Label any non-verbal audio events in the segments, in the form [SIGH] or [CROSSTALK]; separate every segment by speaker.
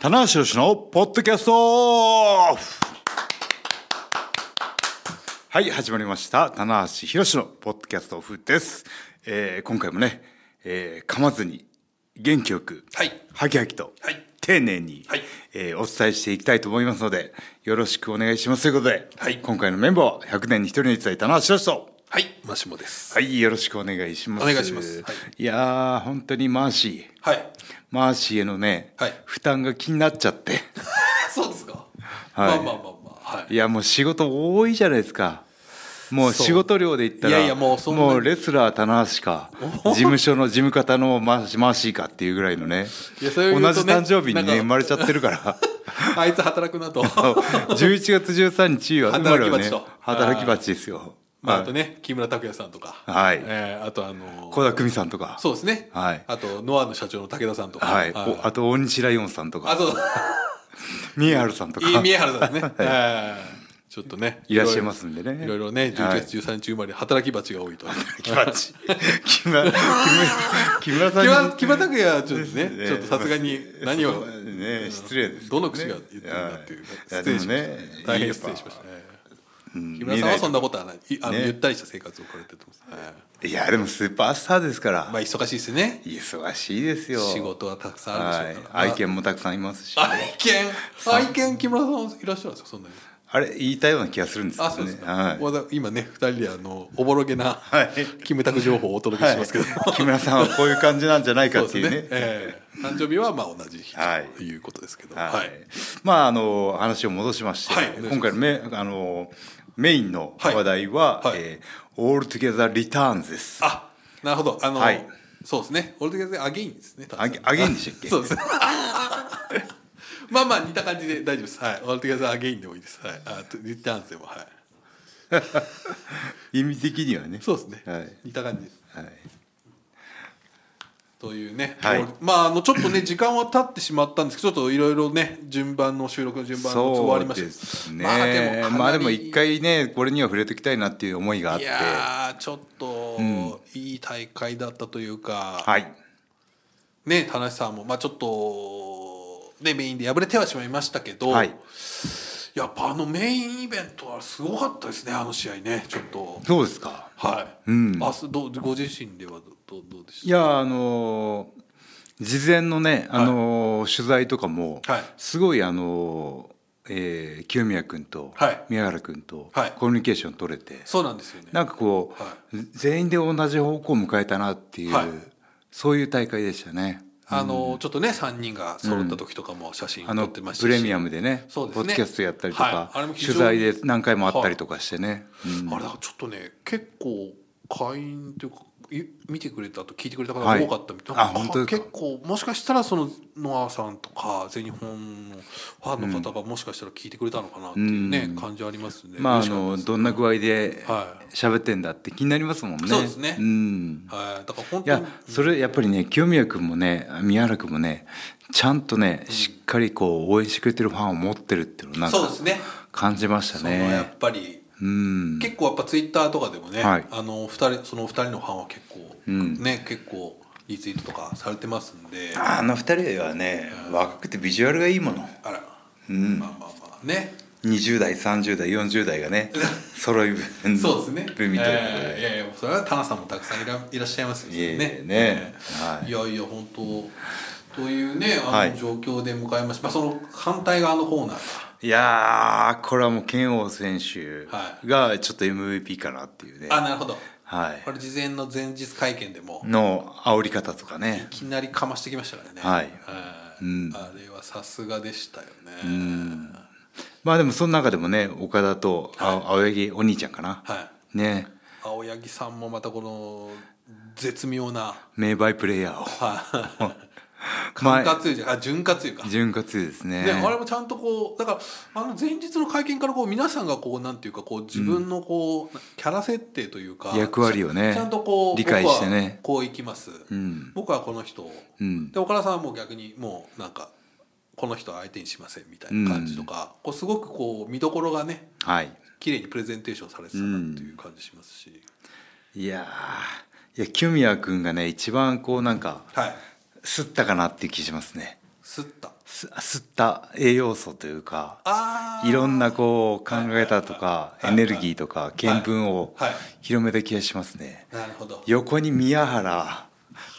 Speaker 1: 棚橋宏のポッドキャストオフはい始まりました棚橋宏のポッドキャストオフです、えー今回もね、えー噛まずに元気よく
Speaker 2: はい
Speaker 1: はきはきと、
Speaker 2: はい
Speaker 1: 丁寧に、
Speaker 2: はい
Speaker 1: えーお伝えしていきたいと思いますのでよろしくお願いしますということで、
Speaker 2: はい
Speaker 1: 今回のメンバーは100年に1人に伝えた棚橋宏と
Speaker 2: はい、マシモです。
Speaker 1: はいよろしくお願いします、
Speaker 2: お願いしますはい
Speaker 1: やー本当にマーシー
Speaker 2: はい。 [LAUGHS]
Speaker 1: マーシーへのね、
Speaker 2: はい
Speaker 1: 負担が気になっちゃって
Speaker 2: そうですか。
Speaker 1: はい
Speaker 2: まあまあまあまあ。はいい。
Speaker 1: やもう仕事多いじゃないですかもう
Speaker 2: そう
Speaker 1: 仕事量で言ったら
Speaker 2: いやいやもうそんな
Speaker 1: もうレスラー棚橋
Speaker 2: [LAUGHS]
Speaker 1: か事務所の事務方のマーシマーシーかっていうぐらいのね
Speaker 2: いやそれを言う
Speaker 1: 同
Speaker 2: とね
Speaker 1: じ誕生日に
Speaker 2: なん
Speaker 1: ね
Speaker 2: か
Speaker 1: 生まれちゃってるから
Speaker 2: あいつ働く
Speaker 1: [LAUGHS]
Speaker 2: なと。
Speaker 1: 11月13日は生まれはね
Speaker 2: 働き蜂と
Speaker 1: 働き蜂ですよ
Speaker 2: まあ、あ
Speaker 1: は
Speaker 2: と
Speaker 1: い
Speaker 2: ね、木村拓哉さんとか。
Speaker 1: はい
Speaker 2: えーあとあのー
Speaker 1: 小田久美さんとか
Speaker 2: そうですね。
Speaker 1: はい
Speaker 2: あと、ノアの社長の武田さんとか。
Speaker 1: はいおあ
Speaker 2: あ
Speaker 1: と大西ライオンさんと
Speaker 2: あ
Speaker 1: か
Speaker 2: と、
Speaker 1: [LAUGHS] 宮原さんとか
Speaker 2: いい宮原さんですね。えーちょっとね。
Speaker 1: いらっしゃいますんでね
Speaker 2: いろいろね、11月13日生まれ、働き蜂が多いと。
Speaker 1: 木村 [LAUGHS] 木村木村さん
Speaker 2: [LAUGHS]
Speaker 1: に
Speaker 2: 木村木村拓哉はちょっと
Speaker 1: ね
Speaker 2: ね、ちょっとさすがに何を
Speaker 1: そうね失礼ですけ
Speaker 2: ど
Speaker 1: ね
Speaker 2: の口が言ってるんだっていう、
Speaker 1: や
Speaker 2: 失礼しま
Speaker 1: いや
Speaker 2: し
Speaker 1: でも
Speaker 2: たね
Speaker 1: ね
Speaker 2: 大変失礼しましたね木村さんはそんなことはないいあの、
Speaker 1: ね
Speaker 2: ゆったりした生活を送られてると思います、はい
Speaker 1: いやでもスーパースターですから
Speaker 2: まあ忙しいですね
Speaker 1: 忙しいですよ
Speaker 2: 仕事はたくさんある
Speaker 1: は
Speaker 2: で
Speaker 1: い
Speaker 2: しょうから、
Speaker 1: 愛犬もたくさんいますし
Speaker 2: まあ愛犬愛犬木村さんいらっしゃるんですかそんなに
Speaker 1: あれ言いたような気がするんです
Speaker 2: あ
Speaker 1: け
Speaker 2: そ
Speaker 1: ど
Speaker 2: うです
Speaker 1: ね
Speaker 2: か、
Speaker 1: はい
Speaker 2: わざ今ね二人であのおぼろげな、
Speaker 1: い
Speaker 2: キムタク情報をお届けしますけど、
Speaker 1: はい木村さんはこういう感じなんじゃないか
Speaker 2: そう
Speaker 1: っ
Speaker 2: で
Speaker 1: て
Speaker 2: す
Speaker 1: いう
Speaker 2: ね
Speaker 1: ね
Speaker 2: ええ誕生日はまあ同じ日
Speaker 1: はい
Speaker 2: ということですけど
Speaker 1: は
Speaker 2: はいい、
Speaker 1: まああの話を戻しまして、
Speaker 2: はいお願いします
Speaker 1: 今回のメあのメインの話題は、
Speaker 2: はいはい
Speaker 1: えーオールトゥゲザーリターンズです
Speaker 2: あなるほどあの、
Speaker 1: はい
Speaker 2: そうですね俺的にアゲインですね
Speaker 1: アゲアゲインでしたっけ
Speaker 2: [LAUGHS] そうですまあまあ似た感じで大丈夫ですはい俺的にアゲインでもいいですはいあとリターンズでもはい
Speaker 1: 意味的にはね
Speaker 2: そうですね、
Speaker 1: はい
Speaker 2: 似た感じです
Speaker 1: はい、
Speaker 2: というね、
Speaker 1: はい
Speaker 2: まああのちょっとね時間は経ってしまったんですけどちょっといろいろね順番の収録の順番の都合ありましたけど
Speaker 1: すねまあでも
Speaker 2: かなり
Speaker 1: 一回ねこれには触れておきたいなっていう思いがあっ
Speaker 2: い
Speaker 1: て
Speaker 2: やーちょっと、いい大会だったというか、
Speaker 1: はい
Speaker 2: ね田無さんもまあちょっとねメインで敗れてはしまいましたけど、
Speaker 1: はい
Speaker 2: やっぱあのメインイベントはすごかったですねあの試合ねちょっと
Speaker 1: そうですか
Speaker 2: はい、
Speaker 1: うん
Speaker 2: あすどうご自身ではどどどうでし
Speaker 1: いやあのー事前のね、あのー取材とかも、
Speaker 2: はい
Speaker 1: すごいあのー、えー清宮君と
Speaker 2: はい
Speaker 1: 宮原君と
Speaker 2: はい
Speaker 1: コミュニケーション取れて、
Speaker 2: たそうなんですよね
Speaker 1: なんかこう、
Speaker 2: は
Speaker 1: 全員で同じ方向を迎えたなっていう、
Speaker 2: はい
Speaker 1: そういう大会でしたね
Speaker 2: あのちょっとね3人が揃った時とかも写真
Speaker 1: あ
Speaker 2: 撮
Speaker 1: の
Speaker 2: ってましたし、
Speaker 1: プレミアムでね
Speaker 2: そうです
Speaker 1: ポ
Speaker 2: ね
Speaker 1: ッドキャストやったりと
Speaker 2: は
Speaker 1: か、
Speaker 2: いあれも非常
Speaker 1: 取
Speaker 2: に
Speaker 1: 材で何回もあったりとかしてね、うん
Speaker 2: あれだからちょっとね結構会員というかい見てくれたと聞いてくれた方が多かったみたいな、
Speaker 1: はいあ本当ですか
Speaker 2: 結構もしかしたらそのノアさんとか全日本のファンの方がもしかしたら聞いてくれたのかなっていうね、感じありますね。
Speaker 1: まあ、あ
Speaker 2: 嬉しか
Speaker 1: の
Speaker 2: ったです
Speaker 1: どんな具合で
Speaker 2: は
Speaker 1: 喋ってんだって気になりますもんね。
Speaker 2: そうですね
Speaker 1: ん
Speaker 2: はい、だから本
Speaker 1: い
Speaker 2: 当
Speaker 1: や
Speaker 2: に
Speaker 1: それやっぱりね清宮君もね宮原君もねちゃんとねしっかりこう応援してくれてるファンを持ってるっていうのをなん
Speaker 2: そう
Speaker 1: か
Speaker 2: ですね。
Speaker 1: 感じました
Speaker 2: そのや
Speaker 1: ね。
Speaker 2: っぱり
Speaker 1: うん
Speaker 2: 結構やっぱツイッターとかでもね、
Speaker 1: はい
Speaker 2: あの二人その二人のファンは結構、ね結構リツイートとかされてますんで、あ
Speaker 1: あの二人はね若くてビジュアルがいいもの
Speaker 2: ら、まあまあまあね。
Speaker 1: 20代30代40代が [LAUGHS] ね揃い分
Speaker 2: そうですね。
Speaker 1: 分みたいなこと
Speaker 2: えーいやいや、それは田中さんもたくさんいらいらっしゃいますよ
Speaker 1: いえいえ
Speaker 2: ね。
Speaker 1: ねはい
Speaker 2: いやいや、本当。というね、
Speaker 1: は
Speaker 2: あ
Speaker 1: い
Speaker 2: の状況で迎えました。まあ、その反対側のコーナーが。
Speaker 1: いやーこれはもう剣王選手がちょっと MVP かなっていうね、
Speaker 2: あ、なるほど。
Speaker 1: はい、
Speaker 2: これ事前の前日会見でも。
Speaker 1: の煽り方とかね
Speaker 2: いきなりかましてきましたからね。
Speaker 1: はい
Speaker 2: は
Speaker 1: うん
Speaker 2: あれはさすがでしたよね。
Speaker 1: まあでもその中でもね岡田とあ青柳お兄ちゃんかな、
Speaker 2: はい。
Speaker 1: ね
Speaker 2: 青柳さんもまたこの。絶妙な。
Speaker 1: 名バイプレイヤー
Speaker 2: [LAUGHS]
Speaker 1: を
Speaker 2: はい。
Speaker 1: まあ
Speaker 2: [LAUGHS] 潤滑油じゃ、あ、潤滑油か。
Speaker 1: 潤滑油ですね
Speaker 2: ね、あれもちゃんとこうだからあの前日の会見からこう皆さんがこうなんていうかこう自分のこう、キャラ設定というか
Speaker 1: 役割をね
Speaker 2: ちゃんとこう
Speaker 1: 理解してね
Speaker 2: 僕はこういきます、
Speaker 1: ん
Speaker 2: 僕はこの人を、
Speaker 1: うん
Speaker 2: で岡田さんはもう逆にもうなんかこの人は相手にしませんみたいな感じとか、こうすごくこう見どころがね
Speaker 1: はい
Speaker 2: 綺麗にプレゼンテーションされてたなっていう感じしますし、
Speaker 1: いやーいや清宮君がね一番こうなんか
Speaker 2: はい
Speaker 1: すったかなっていう気しますね
Speaker 2: すった
Speaker 1: す吸った栄養素というか
Speaker 2: あー
Speaker 1: いろんなこう考えたとかエ
Speaker 2: いはいはい
Speaker 1: ネルギーとか見聞を
Speaker 2: はいはい
Speaker 1: 広めた気がしますね。
Speaker 2: なるほど
Speaker 1: 横に宮原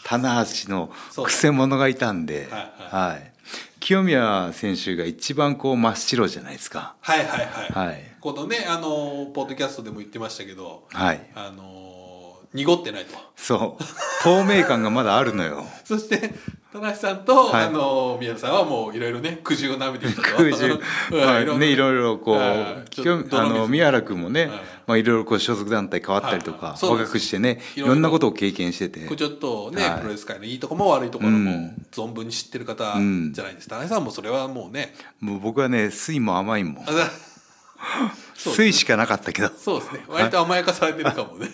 Speaker 1: 棚橋の
Speaker 2: そう
Speaker 1: くせ者がいたんで、
Speaker 2: はい
Speaker 1: はい、清宮選手が一番こう真っ白じゃないですか。
Speaker 2: はいはいはい、
Speaker 1: はい
Speaker 2: このねあのポッドキャストでも言ってましたけど、
Speaker 1: はい、
Speaker 2: あの濁ってないと
Speaker 1: [LAUGHS] そう透明感がまだあるの
Speaker 2: [LAUGHS]
Speaker 1: よ。
Speaker 2: そして田中さんと、
Speaker 1: はい
Speaker 2: あの宮野さんはもういろいろね苦渋を舐めてきたと
Speaker 1: 空中
Speaker 2: [LAUGHS] うん
Speaker 1: はい
Speaker 2: ろ
Speaker 1: い
Speaker 2: んな
Speaker 1: ねいろいろこう
Speaker 2: はいちょっと
Speaker 1: 興味あ
Speaker 2: 泥水
Speaker 1: の
Speaker 2: も
Speaker 1: 宮原君もね、
Speaker 2: はい
Speaker 1: まあいろいろこう所属団体変わったりとか、
Speaker 2: はいそうです
Speaker 1: 若くしてねい
Speaker 2: いろいろ
Speaker 1: ろんなことを経験してて
Speaker 2: こうちょっとね、
Speaker 1: はい
Speaker 2: プロレス界のいいとこも悪いところも
Speaker 1: うん
Speaker 2: 存分に知ってる方
Speaker 1: ん
Speaker 2: じゃないですか、田中さんもそれはもうね
Speaker 1: もう僕はね酸いも甘いも
Speaker 2: あだそうですね
Speaker 1: 酸いしかなかった
Speaker 2: [LAUGHS]
Speaker 1: けど
Speaker 2: そうですね割と甘やかされてるか
Speaker 1: [LAUGHS]
Speaker 2: もね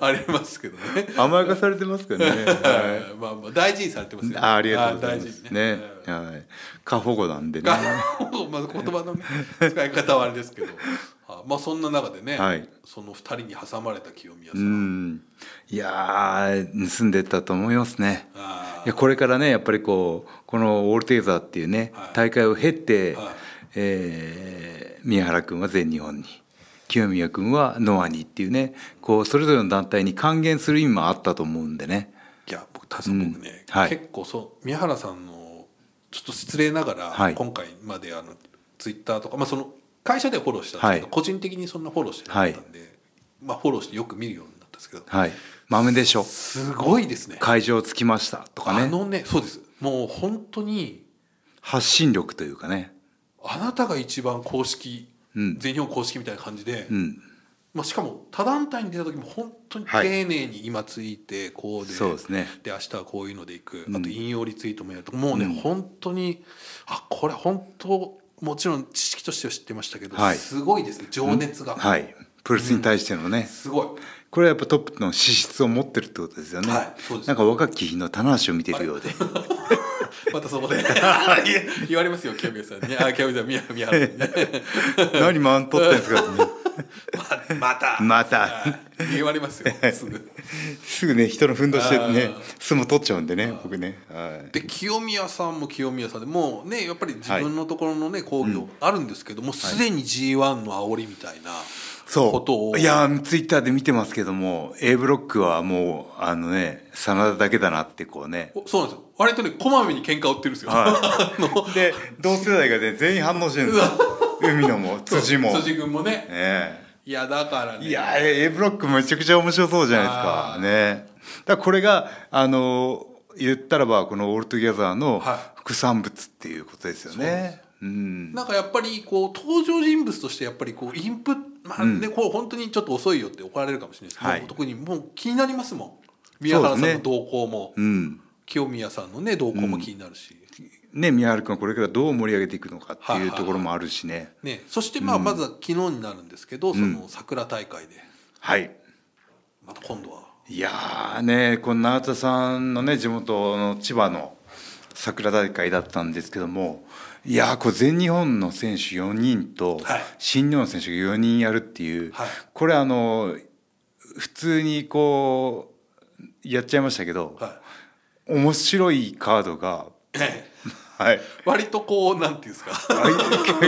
Speaker 2: ありますけどね
Speaker 1: 甘やかされてますから
Speaker 2: [LAUGHS]
Speaker 1: ね、は
Speaker 2: はいまあまあ大事にされてます
Speaker 1: い、
Speaker 2: よ
Speaker 1: あありがとうございます
Speaker 2: あ大事に
Speaker 1: ね
Speaker 2: ね
Speaker 1: はい、過保護なんでね
Speaker 2: が [LAUGHS] まず言葉のね使い方はあれです
Speaker 1: [LAUGHS]
Speaker 2: けどあまあそんな中でね、
Speaker 1: はい
Speaker 2: その二人に挟まれた清宮さ、
Speaker 1: うんんいやー盗んでったと思いますね
Speaker 2: あ
Speaker 1: いやこれからねやっぱりこうこのオールテイザーっていうね、
Speaker 2: はい
Speaker 1: 大会を経って、
Speaker 2: はい
Speaker 1: えー宮原君は全日本に清宮君はノアにっていうねこうそれぞれの団体に還元する意味もあったと思うんでね
Speaker 2: いや僕田中さん僕ね、
Speaker 1: うんはい
Speaker 2: 結構そう宮原さんのちょっと失礼ながら、
Speaker 1: はい
Speaker 2: 今回まであのツイッターとか、まあ、その会社ではフォローしてたんですけど、
Speaker 1: はい
Speaker 2: 個人的にそんなフォローしてなかったんで、まあ、フォローしてよく見るようになったんですけど、
Speaker 1: はい豆でしょ
Speaker 2: すごいですね
Speaker 1: 会場着きましたとか
Speaker 2: あ
Speaker 1: ね
Speaker 2: のねそうですもう本当に
Speaker 1: 発信力というかね
Speaker 2: あなたが一番公式、
Speaker 1: うん
Speaker 2: 全日本公式みたいな感じで、
Speaker 1: うん
Speaker 2: まあ、しかも他団体に出た時も本当に丁寧に今ついてこうで,、
Speaker 1: そうですね
Speaker 2: で明日はこういうのでいく
Speaker 1: うん
Speaker 2: あと引用リツイートもやるともうね、本当にあこれ本当もちろん知識としては知ってましたけど、
Speaker 1: はい
Speaker 2: すごいですね情熱が、
Speaker 1: はいプロレスに対してのね、
Speaker 2: すごい
Speaker 1: これはやっぱトップの資質を持ってるってことですよね、
Speaker 2: はいそうです
Speaker 1: なんか若き日の棚橋を見てるようで
Speaker 2: またそ
Speaker 1: [LAUGHS]
Speaker 2: こで言われますよキャビアさんにあキャビアさん宮宮原さ
Speaker 1: [LAUGHS]
Speaker 2: んにね
Speaker 1: 何マウント取ってんですかってね
Speaker 2: ままた
Speaker 1: また
Speaker 2: はい言われますよすぐ。
Speaker 1: すぐね人のふんどしでね
Speaker 2: あ
Speaker 1: 相撲取っちゃうんでね僕ねはい
Speaker 2: で清宮さんも清宮さんでもうねやっぱり自分のところのね興行あるんですけど、もうすでに g 1の煽りみたいなこ
Speaker 1: そ
Speaker 2: とを
Speaker 1: ういやーツイッターで見てますけども A ブロックはもうあのね真田だけだなってこうね
Speaker 2: おそうなんですよ割とねこまめに喧嘩売ってるんですよ、
Speaker 1: は
Speaker 2: [LAUGHS] あの
Speaker 1: で同世代がね全員反応してるんですよ海野も辻も
Speaker 2: 辻君もね
Speaker 1: え
Speaker 2: いやだから
Speaker 1: え
Speaker 2: ね
Speaker 1: いやー A ブロックめちゃくちゃ面白そうじゃないです
Speaker 2: あ
Speaker 1: かねだからこれがあのー言ったらばこのオールトゥギャザーの
Speaker 2: は
Speaker 1: 副産物っていうことですよねうん
Speaker 2: なんかやっぱりこう登場人物としてやっぱりこうインプットまあね、こう本当にちょっと遅いよって怒られるかもしれないですけど、
Speaker 1: はい
Speaker 2: 特にもう気になりますもん宮原さんの動向も、
Speaker 1: うん
Speaker 2: 清宮さんのね動向も気になるし、
Speaker 1: ね、宮原君はこれからどう盛り上げていくのかっていうところもあるしね。
Speaker 2: ね、そしてまあまずは昨日になるんですけど、その桜大会で
Speaker 1: はい。
Speaker 2: また今度はい
Speaker 1: やーね、この永田さんのね、地元の千葉の桜大会だったんですけども、いやー、こう全日本の選手4人と
Speaker 2: はい、
Speaker 1: 新日本の選手が4人やるっていう、
Speaker 2: はい
Speaker 1: これあの、普通にこう、やっちゃいましたけど、
Speaker 2: は
Speaker 1: 面白いカードが、
Speaker 2: い、ええ
Speaker 1: はい。
Speaker 2: [LAUGHS] 割とこうなんていうんですか
Speaker 1: あい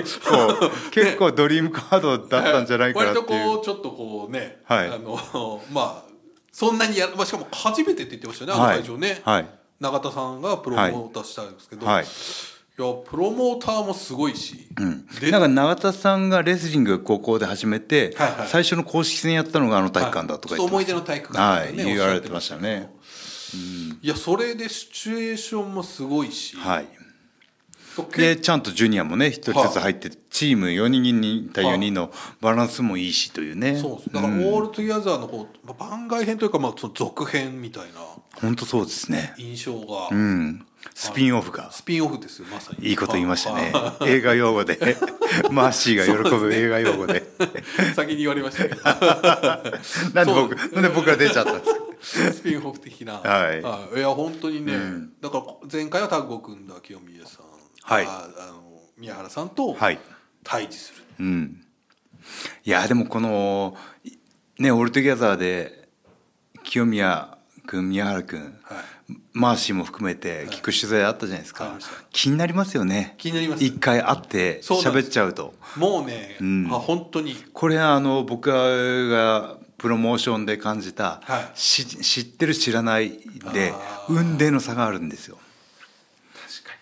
Speaker 1: 結構、結構ドリームカードだったんじゃないかなっていう。
Speaker 2: 割とこうちょっとこうね、
Speaker 1: はい
Speaker 2: あの [LAUGHS] まあそんなにやる、まあ、しかも初めてって言ってましたよねあの会場ね、
Speaker 1: はいはい
Speaker 2: 永田さんがプロモーターしたんですけど、
Speaker 1: はい
Speaker 2: い、やプロモーターもすごいし、で
Speaker 1: なんか永田さんがレスリング高校で始めて、
Speaker 2: はいはい
Speaker 1: 最初の公式戦やったのがあの体育館だとか
Speaker 2: はいちょっと思い出
Speaker 1: の
Speaker 2: の体育
Speaker 1: は
Speaker 2: 館
Speaker 1: い
Speaker 2: とか
Speaker 1: 言
Speaker 2: おっし
Speaker 1: わ
Speaker 2: ゃ
Speaker 1: れ
Speaker 2: って
Speaker 1: ましたね。
Speaker 2: いやそれでシチュエーションもすごいし、
Speaker 1: はい、
Speaker 2: 結
Speaker 1: でちゃんとジュニアもね一人ずつ入って、チーム4人に対4人のバランスもいいしというね
Speaker 2: そうですだから「オール・トゥ・ギャザー」の方、まあ番外編というか、まあ、その続編みたいな
Speaker 1: 本当そうですね、
Speaker 2: 印象が、
Speaker 1: うん、スピンオフが
Speaker 2: スピンオフですよまさに
Speaker 1: いいこと言いましたね
Speaker 2: は
Speaker 1: 映画用語
Speaker 2: [LAUGHS]
Speaker 1: でマーシーが喜ぶ映画用語で
Speaker 2: い先に言われましたけ
Speaker 1: [LAUGHS]
Speaker 2: ど
Speaker 1: なんで
Speaker 2: そう
Speaker 1: 僕なんで僕が出ちゃったんですか
Speaker 2: スピンオフ的な、
Speaker 1: はい
Speaker 2: い、いや本当にね、だから前回はタッグを組んだ清宮さん、
Speaker 1: はい
Speaker 2: ああの宮原さんと
Speaker 1: はい
Speaker 2: 対峙する、
Speaker 1: うん、いやでもこのいね「オールトゥギャザー」で清宮君宮原君、
Speaker 2: はい
Speaker 1: マーシーも含めて聞く取材あったじゃないですか、
Speaker 2: はいありました
Speaker 1: 気になりますよね
Speaker 2: 気になります
Speaker 1: 一回会って
Speaker 2: そうなんで
Speaker 1: 喋っ
Speaker 2: す
Speaker 1: ちゃうと
Speaker 2: もうね、
Speaker 1: うん
Speaker 2: あ本当に
Speaker 1: これはあの僕がプロモーションで感じた、
Speaker 2: はい
Speaker 1: し知ってる知らないで
Speaker 2: あー
Speaker 1: 運命の差があるんですよ。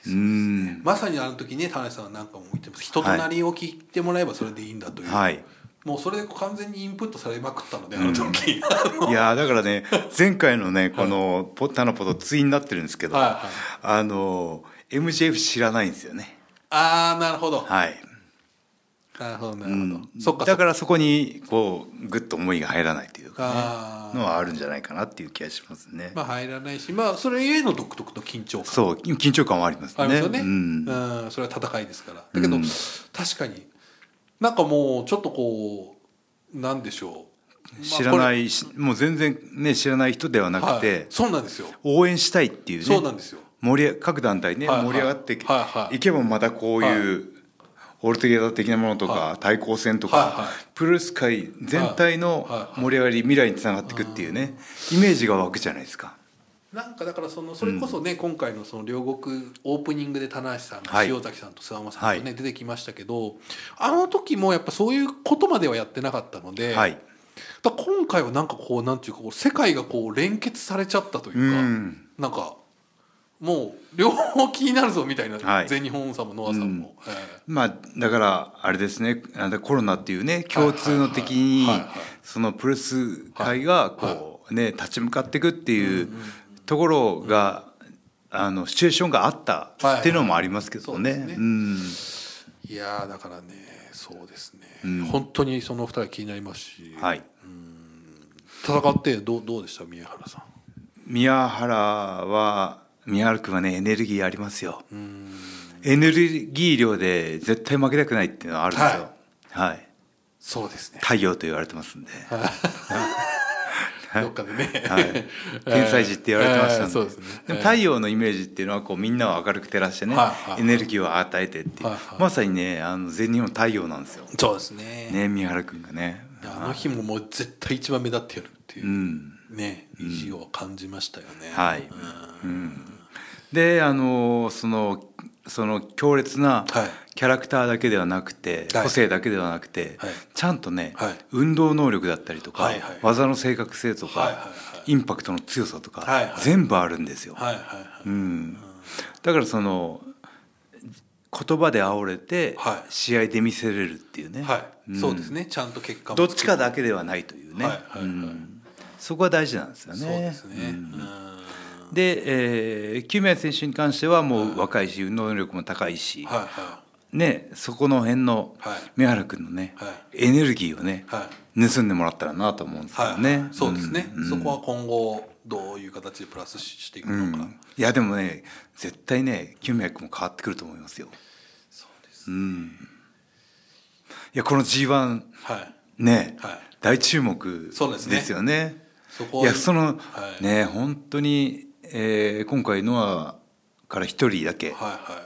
Speaker 1: うん
Speaker 2: まさにあの時ね田中さんはなんかも言ってます人となりを聞いてもらえばそれでいいんだという、
Speaker 1: はい
Speaker 2: もうそれで完全にインプットされまくったのであの時、
Speaker 1: いやーだからね前回のねこの「ポッタのポト」対になってるんですけど、
Speaker 2: はいはい
Speaker 1: あの MJF 知らないんですよね。
Speaker 2: [LAUGHS] ああなるほど、
Speaker 1: はい
Speaker 2: なるほどな
Speaker 1: う
Speaker 2: るほど、
Speaker 1: ん、
Speaker 2: そっか
Speaker 1: だ
Speaker 2: そっか
Speaker 1: からそこにこうぐっと思いが入らないっていうか
Speaker 2: あ
Speaker 1: の
Speaker 2: ー
Speaker 1: はあるんじゃないかなっていう気がしますね。
Speaker 2: まあ入らないしまあそれゆえの独特の緊張感
Speaker 1: そう緊張感はあります
Speaker 2: あ
Speaker 1: ね。
Speaker 2: りますよね、
Speaker 1: うん
Speaker 2: うんそれは戦いですからだけど、
Speaker 1: うん
Speaker 2: 確かになんかもうちょっとこうなんでしょう、
Speaker 1: 知らないいし、もう全然ね知らない人ではな
Speaker 2: ま
Speaker 1: く
Speaker 2: あこれはい
Speaker 1: て、
Speaker 2: そうなんですよ、
Speaker 1: 応援したいっていうね
Speaker 2: そうなんですよ
Speaker 1: 盛り上各団体ね、
Speaker 2: はいはい
Speaker 1: 盛り上がっていけ,、
Speaker 2: はいはい
Speaker 1: ばまたこういう、オルテゲダ的なものとか、
Speaker 2: は
Speaker 1: 対抗戦とか、
Speaker 2: はいはい
Speaker 1: プロレス界全体の
Speaker 2: はいはい
Speaker 1: 盛り上がり未来につながっていくっていうね、イメージが湧くじゃないですか。
Speaker 2: なんかだからそのそれこそね、今回のその両国オープニングで棚橋さん、
Speaker 1: はい
Speaker 2: 塩崎さんと諏訪間さんとね、
Speaker 1: は
Speaker 2: 出てきましたけどあの時もやっぱそういうことまではやってなかったので、
Speaker 1: はい、
Speaker 2: だから今回はなんかこうなんていうかこう世界がこう連結されちゃったという
Speaker 1: う
Speaker 2: か、
Speaker 1: ん、
Speaker 2: なんかもう両方気になるぞみたいな、
Speaker 1: はい
Speaker 2: 全日本さんもノアさんも。ええ
Speaker 1: まあだからあれですね、あのコロナっていうね共通の敵に
Speaker 2: はいはいはいはい
Speaker 1: そのプロレス界がこうね立ち向かっていくっていうところが。あのシチュエーションがあったっていうのもありますけどね。
Speaker 2: はいはいそうですね
Speaker 1: うん
Speaker 2: いやーだからねそうですね、
Speaker 1: うん
Speaker 2: 本当にその二人は気になりますし、
Speaker 1: はい、
Speaker 2: 戦ってどうどうでした宮原さん。
Speaker 1: 宮原は宮原君はねエネルギーありますよ
Speaker 2: うん
Speaker 1: エネルギー量で絶対負けたくないっていうのはあるんですよはい、
Speaker 2: そうですね
Speaker 1: 太陽と言われてますんで、
Speaker 2: どっかでね、
Speaker 1: はい
Speaker 2: [LAUGHS]
Speaker 1: 天才児って言われてましたんで,、
Speaker 2: えーそうですね
Speaker 1: も太陽のイメージっていうのはこうみんなを明るく照らしてね、
Speaker 2: はいはい
Speaker 1: エネルギーを与えてっていう、
Speaker 2: はいはい
Speaker 1: まさにねあの全日本太陽なんですよ
Speaker 2: そうですね
Speaker 1: ね宮原君がね
Speaker 2: あの日ももう絶対一番目立ってやるっていうう、
Speaker 1: ん
Speaker 2: ね意地を感じましたよね、
Speaker 1: はい
Speaker 2: うん
Speaker 1: であのそのその強烈な
Speaker 2: はい
Speaker 1: キャラクターだけではなくて、
Speaker 2: はい
Speaker 1: 個性だけではなくて、
Speaker 2: はい
Speaker 1: ちゃんとね、
Speaker 2: はい
Speaker 1: 運動能力だったりとか、
Speaker 2: はいはい
Speaker 1: 技の正確性とか、
Speaker 2: はいはいは
Speaker 1: インパクトの強さとか、
Speaker 2: はいはい
Speaker 1: 全部あるんですよ、
Speaker 2: はいはいはい、
Speaker 1: うん、だからその言葉で煽れて、
Speaker 2: はい
Speaker 1: 試合で見せれるっていうね、
Speaker 2: はい
Speaker 1: うん
Speaker 2: そうですねちゃんと結果も
Speaker 1: どっちかだけではないというね、
Speaker 2: はいはいはい
Speaker 1: うんそこは大事なんですよね。
Speaker 2: そうですね、
Speaker 1: う
Speaker 2: うんん
Speaker 1: で、えー、キューメン選手に関してはもう若いし運動能力も高いし、
Speaker 2: はいは
Speaker 1: ね、そこの辺の
Speaker 2: はい
Speaker 1: 三原君のね、
Speaker 2: は
Speaker 1: エネルギーをね、
Speaker 2: いはい
Speaker 1: 盗んでもらったらなと思うんですけ
Speaker 2: は
Speaker 1: ど
Speaker 2: いはい、
Speaker 1: ね、
Speaker 2: そうですね、
Speaker 1: うん
Speaker 2: そこは今後どういう形でプラスしていく
Speaker 1: う
Speaker 2: のか、
Speaker 1: ん、いやでもね絶対ねキューメン君も変わってくると思いますよ。
Speaker 2: そうです
Speaker 1: うん、いやこの G1
Speaker 2: はい
Speaker 1: ね、
Speaker 2: はい
Speaker 1: 大注目
Speaker 2: そうですね
Speaker 1: ですよね。
Speaker 2: そこ
Speaker 1: いやその、
Speaker 2: はい
Speaker 1: ね本当に、えー今回ノアから一人だけ、
Speaker 2: はいは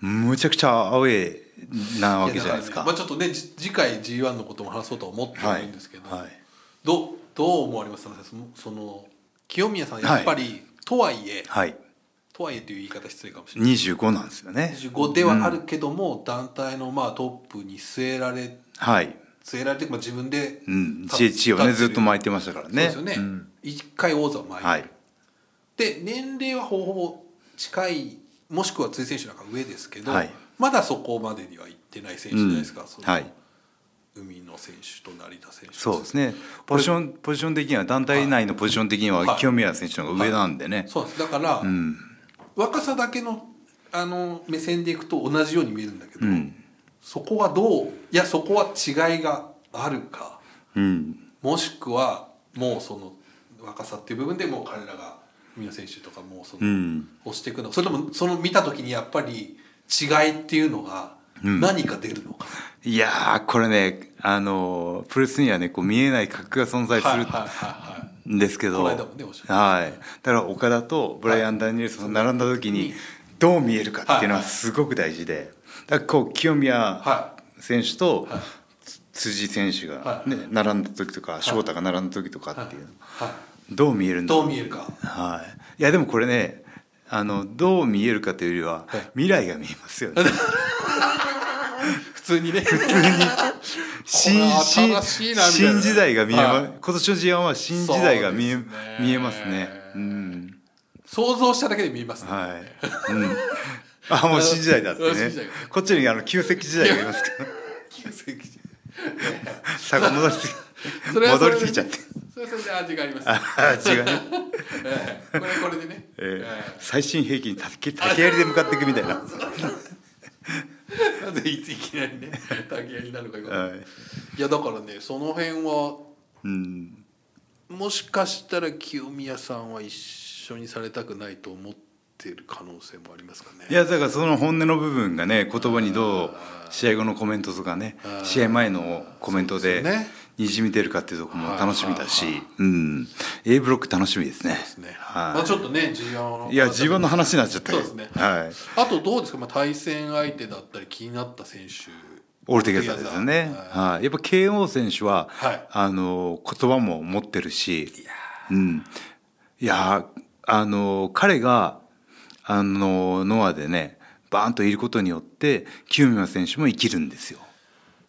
Speaker 1: むちゃくちゃアウェーないわけじゃないですか。
Speaker 2: やだらねまあ、ちょっとねじ次回 G1 のことも話そうとは思って
Speaker 1: は
Speaker 2: る
Speaker 1: い
Speaker 2: んですけど、
Speaker 1: はい
Speaker 2: どうどう思われますかそのその清宮さんやっぱり、とはいえ
Speaker 1: はい、
Speaker 2: とはいえという言い方失礼かもしれない
Speaker 1: 25なんですよね。
Speaker 2: 25ではあるけども、団体のまあトップに据えられ
Speaker 1: はい、
Speaker 2: 据えられて、まあ、自分で
Speaker 1: うん、
Speaker 2: 立
Speaker 1: GH をね
Speaker 2: 立
Speaker 1: ずっと巻いてましたからね。
Speaker 2: そうです
Speaker 1: う
Speaker 2: よね
Speaker 1: ん
Speaker 2: 一、回王座を前に、
Speaker 1: はい、
Speaker 2: で年齢はほぼほぼ近いもしくは辻選手なんか上ですけど、
Speaker 1: はい
Speaker 2: まだそこまでには行ってない選手
Speaker 1: う
Speaker 2: じゃ
Speaker 1: ん
Speaker 2: ないですか、その
Speaker 1: はい、
Speaker 2: 海野選手と成田選手
Speaker 1: そうですね。ポジションポジション的には団体内のポジション的に
Speaker 2: は
Speaker 1: はい清宮選手の方が上なんでね。
Speaker 2: そうなんですだから、
Speaker 1: うん、
Speaker 2: 若さだけのあの目線でいくと同じように見えるんだけど、
Speaker 1: うん、
Speaker 2: そこはどういやそこは違いがあるか
Speaker 1: うん、
Speaker 2: もしくはもうその若さっていう部分でもう彼らが海野選手とかもうその、
Speaker 1: うん
Speaker 2: 押していくのそれともその見た時にやっぱり違いっていうのが何か出るのか、
Speaker 1: いやーこれねあのプロレスにはねこう見えない格が存在す
Speaker 2: はい
Speaker 1: る
Speaker 2: はいはいはい
Speaker 1: んですけど、
Speaker 2: こ
Speaker 1: は
Speaker 2: の
Speaker 1: い、
Speaker 2: 間もねおっしゃっ
Speaker 1: だ
Speaker 2: て
Speaker 1: から岡田とブライアン・ダニエルソンが並んだ時にどう見えるかっていうのはすごく大事で、だからこう清宮
Speaker 2: は
Speaker 1: 選手と
Speaker 2: はい
Speaker 1: つ辻選手が
Speaker 2: は、い
Speaker 1: ね、並んだ時とか翔太が並んだ時とかっていう、
Speaker 2: は
Speaker 1: どう見えるん
Speaker 2: い
Speaker 1: だろ
Speaker 2: どう見えるか
Speaker 1: はい、いやでもこれねあのどう見えるかというよりは、
Speaker 2: はい
Speaker 1: 未来が見えますよね
Speaker 2: [LAUGHS] 普通にね [LAUGHS]
Speaker 1: 新
Speaker 2: 新しいなみたいな
Speaker 1: 新時代が見えま、
Speaker 2: はい
Speaker 1: 今年の G1 は新時代が見え,、
Speaker 2: そうですね
Speaker 1: 見えますねうん
Speaker 2: 想像しただけで見えますね、
Speaker 1: はい、
Speaker 2: [LAUGHS]
Speaker 1: うん、あもう新時代だってね
Speaker 2: 新時代
Speaker 1: こっちにあの旧石器時代がいますから
Speaker 2: 旧石器
Speaker 1: さか戻りすぎ
Speaker 2: [LAUGHS] それはそ
Speaker 1: 戻
Speaker 2: れ
Speaker 1: り
Speaker 2: で
Speaker 1: ぎ
Speaker 2: す
Speaker 1: ちゃって
Speaker 2: それはそれで味があります、
Speaker 1: あー違うね、
Speaker 2: ええこれはこれでね、
Speaker 1: えー
Speaker 2: ええ
Speaker 1: 最新兵器に竹竹槍で向かっていくみたいな、は
Speaker 2: なぜいついきなりね竹やりなのかよくわかんない
Speaker 1: い
Speaker 2: いやだからねその辺は
Speaker 1: うん、
Speaker 2: もしかしたら清宮さんは一緒にされたくないと思ってる可能性もありますかね
Speaker 1: いやだからその本音の部分がね言葉にどう試合後のコメントとかね
Speaker 2: あー
Speaker 1: 試合前のコメント
Speaker 2: そうですよ
Speaker 1: で
Speaker 2: ね
Speaker 1: にじみ出るかっていうところも楽しみだし、
Speaker 2: はいはい
Speaker 1: うん A ブロック楽しみですね
Speaker 2: ですね、
Speaker 1: はい
Speaker 2: まあちょっとね G1 の
Speaker 1: いや G1 の話になっちゃった
Speaker 2: そうですね
Speaker 1: はい
Speaker 2: あとどうですか、まあ、対戦相手だったり気になった選手
Speaker 1: オルテゲザですよね。
Speaker 2: は
Speaker 1: はい、やっぱ KO 選手は、
Speaker 2: はい
Speaker 1: あの言葉も持ってるし、うん、いやーあの彼があのノアでねバーンといることによって清宮選手も生きるんですよ。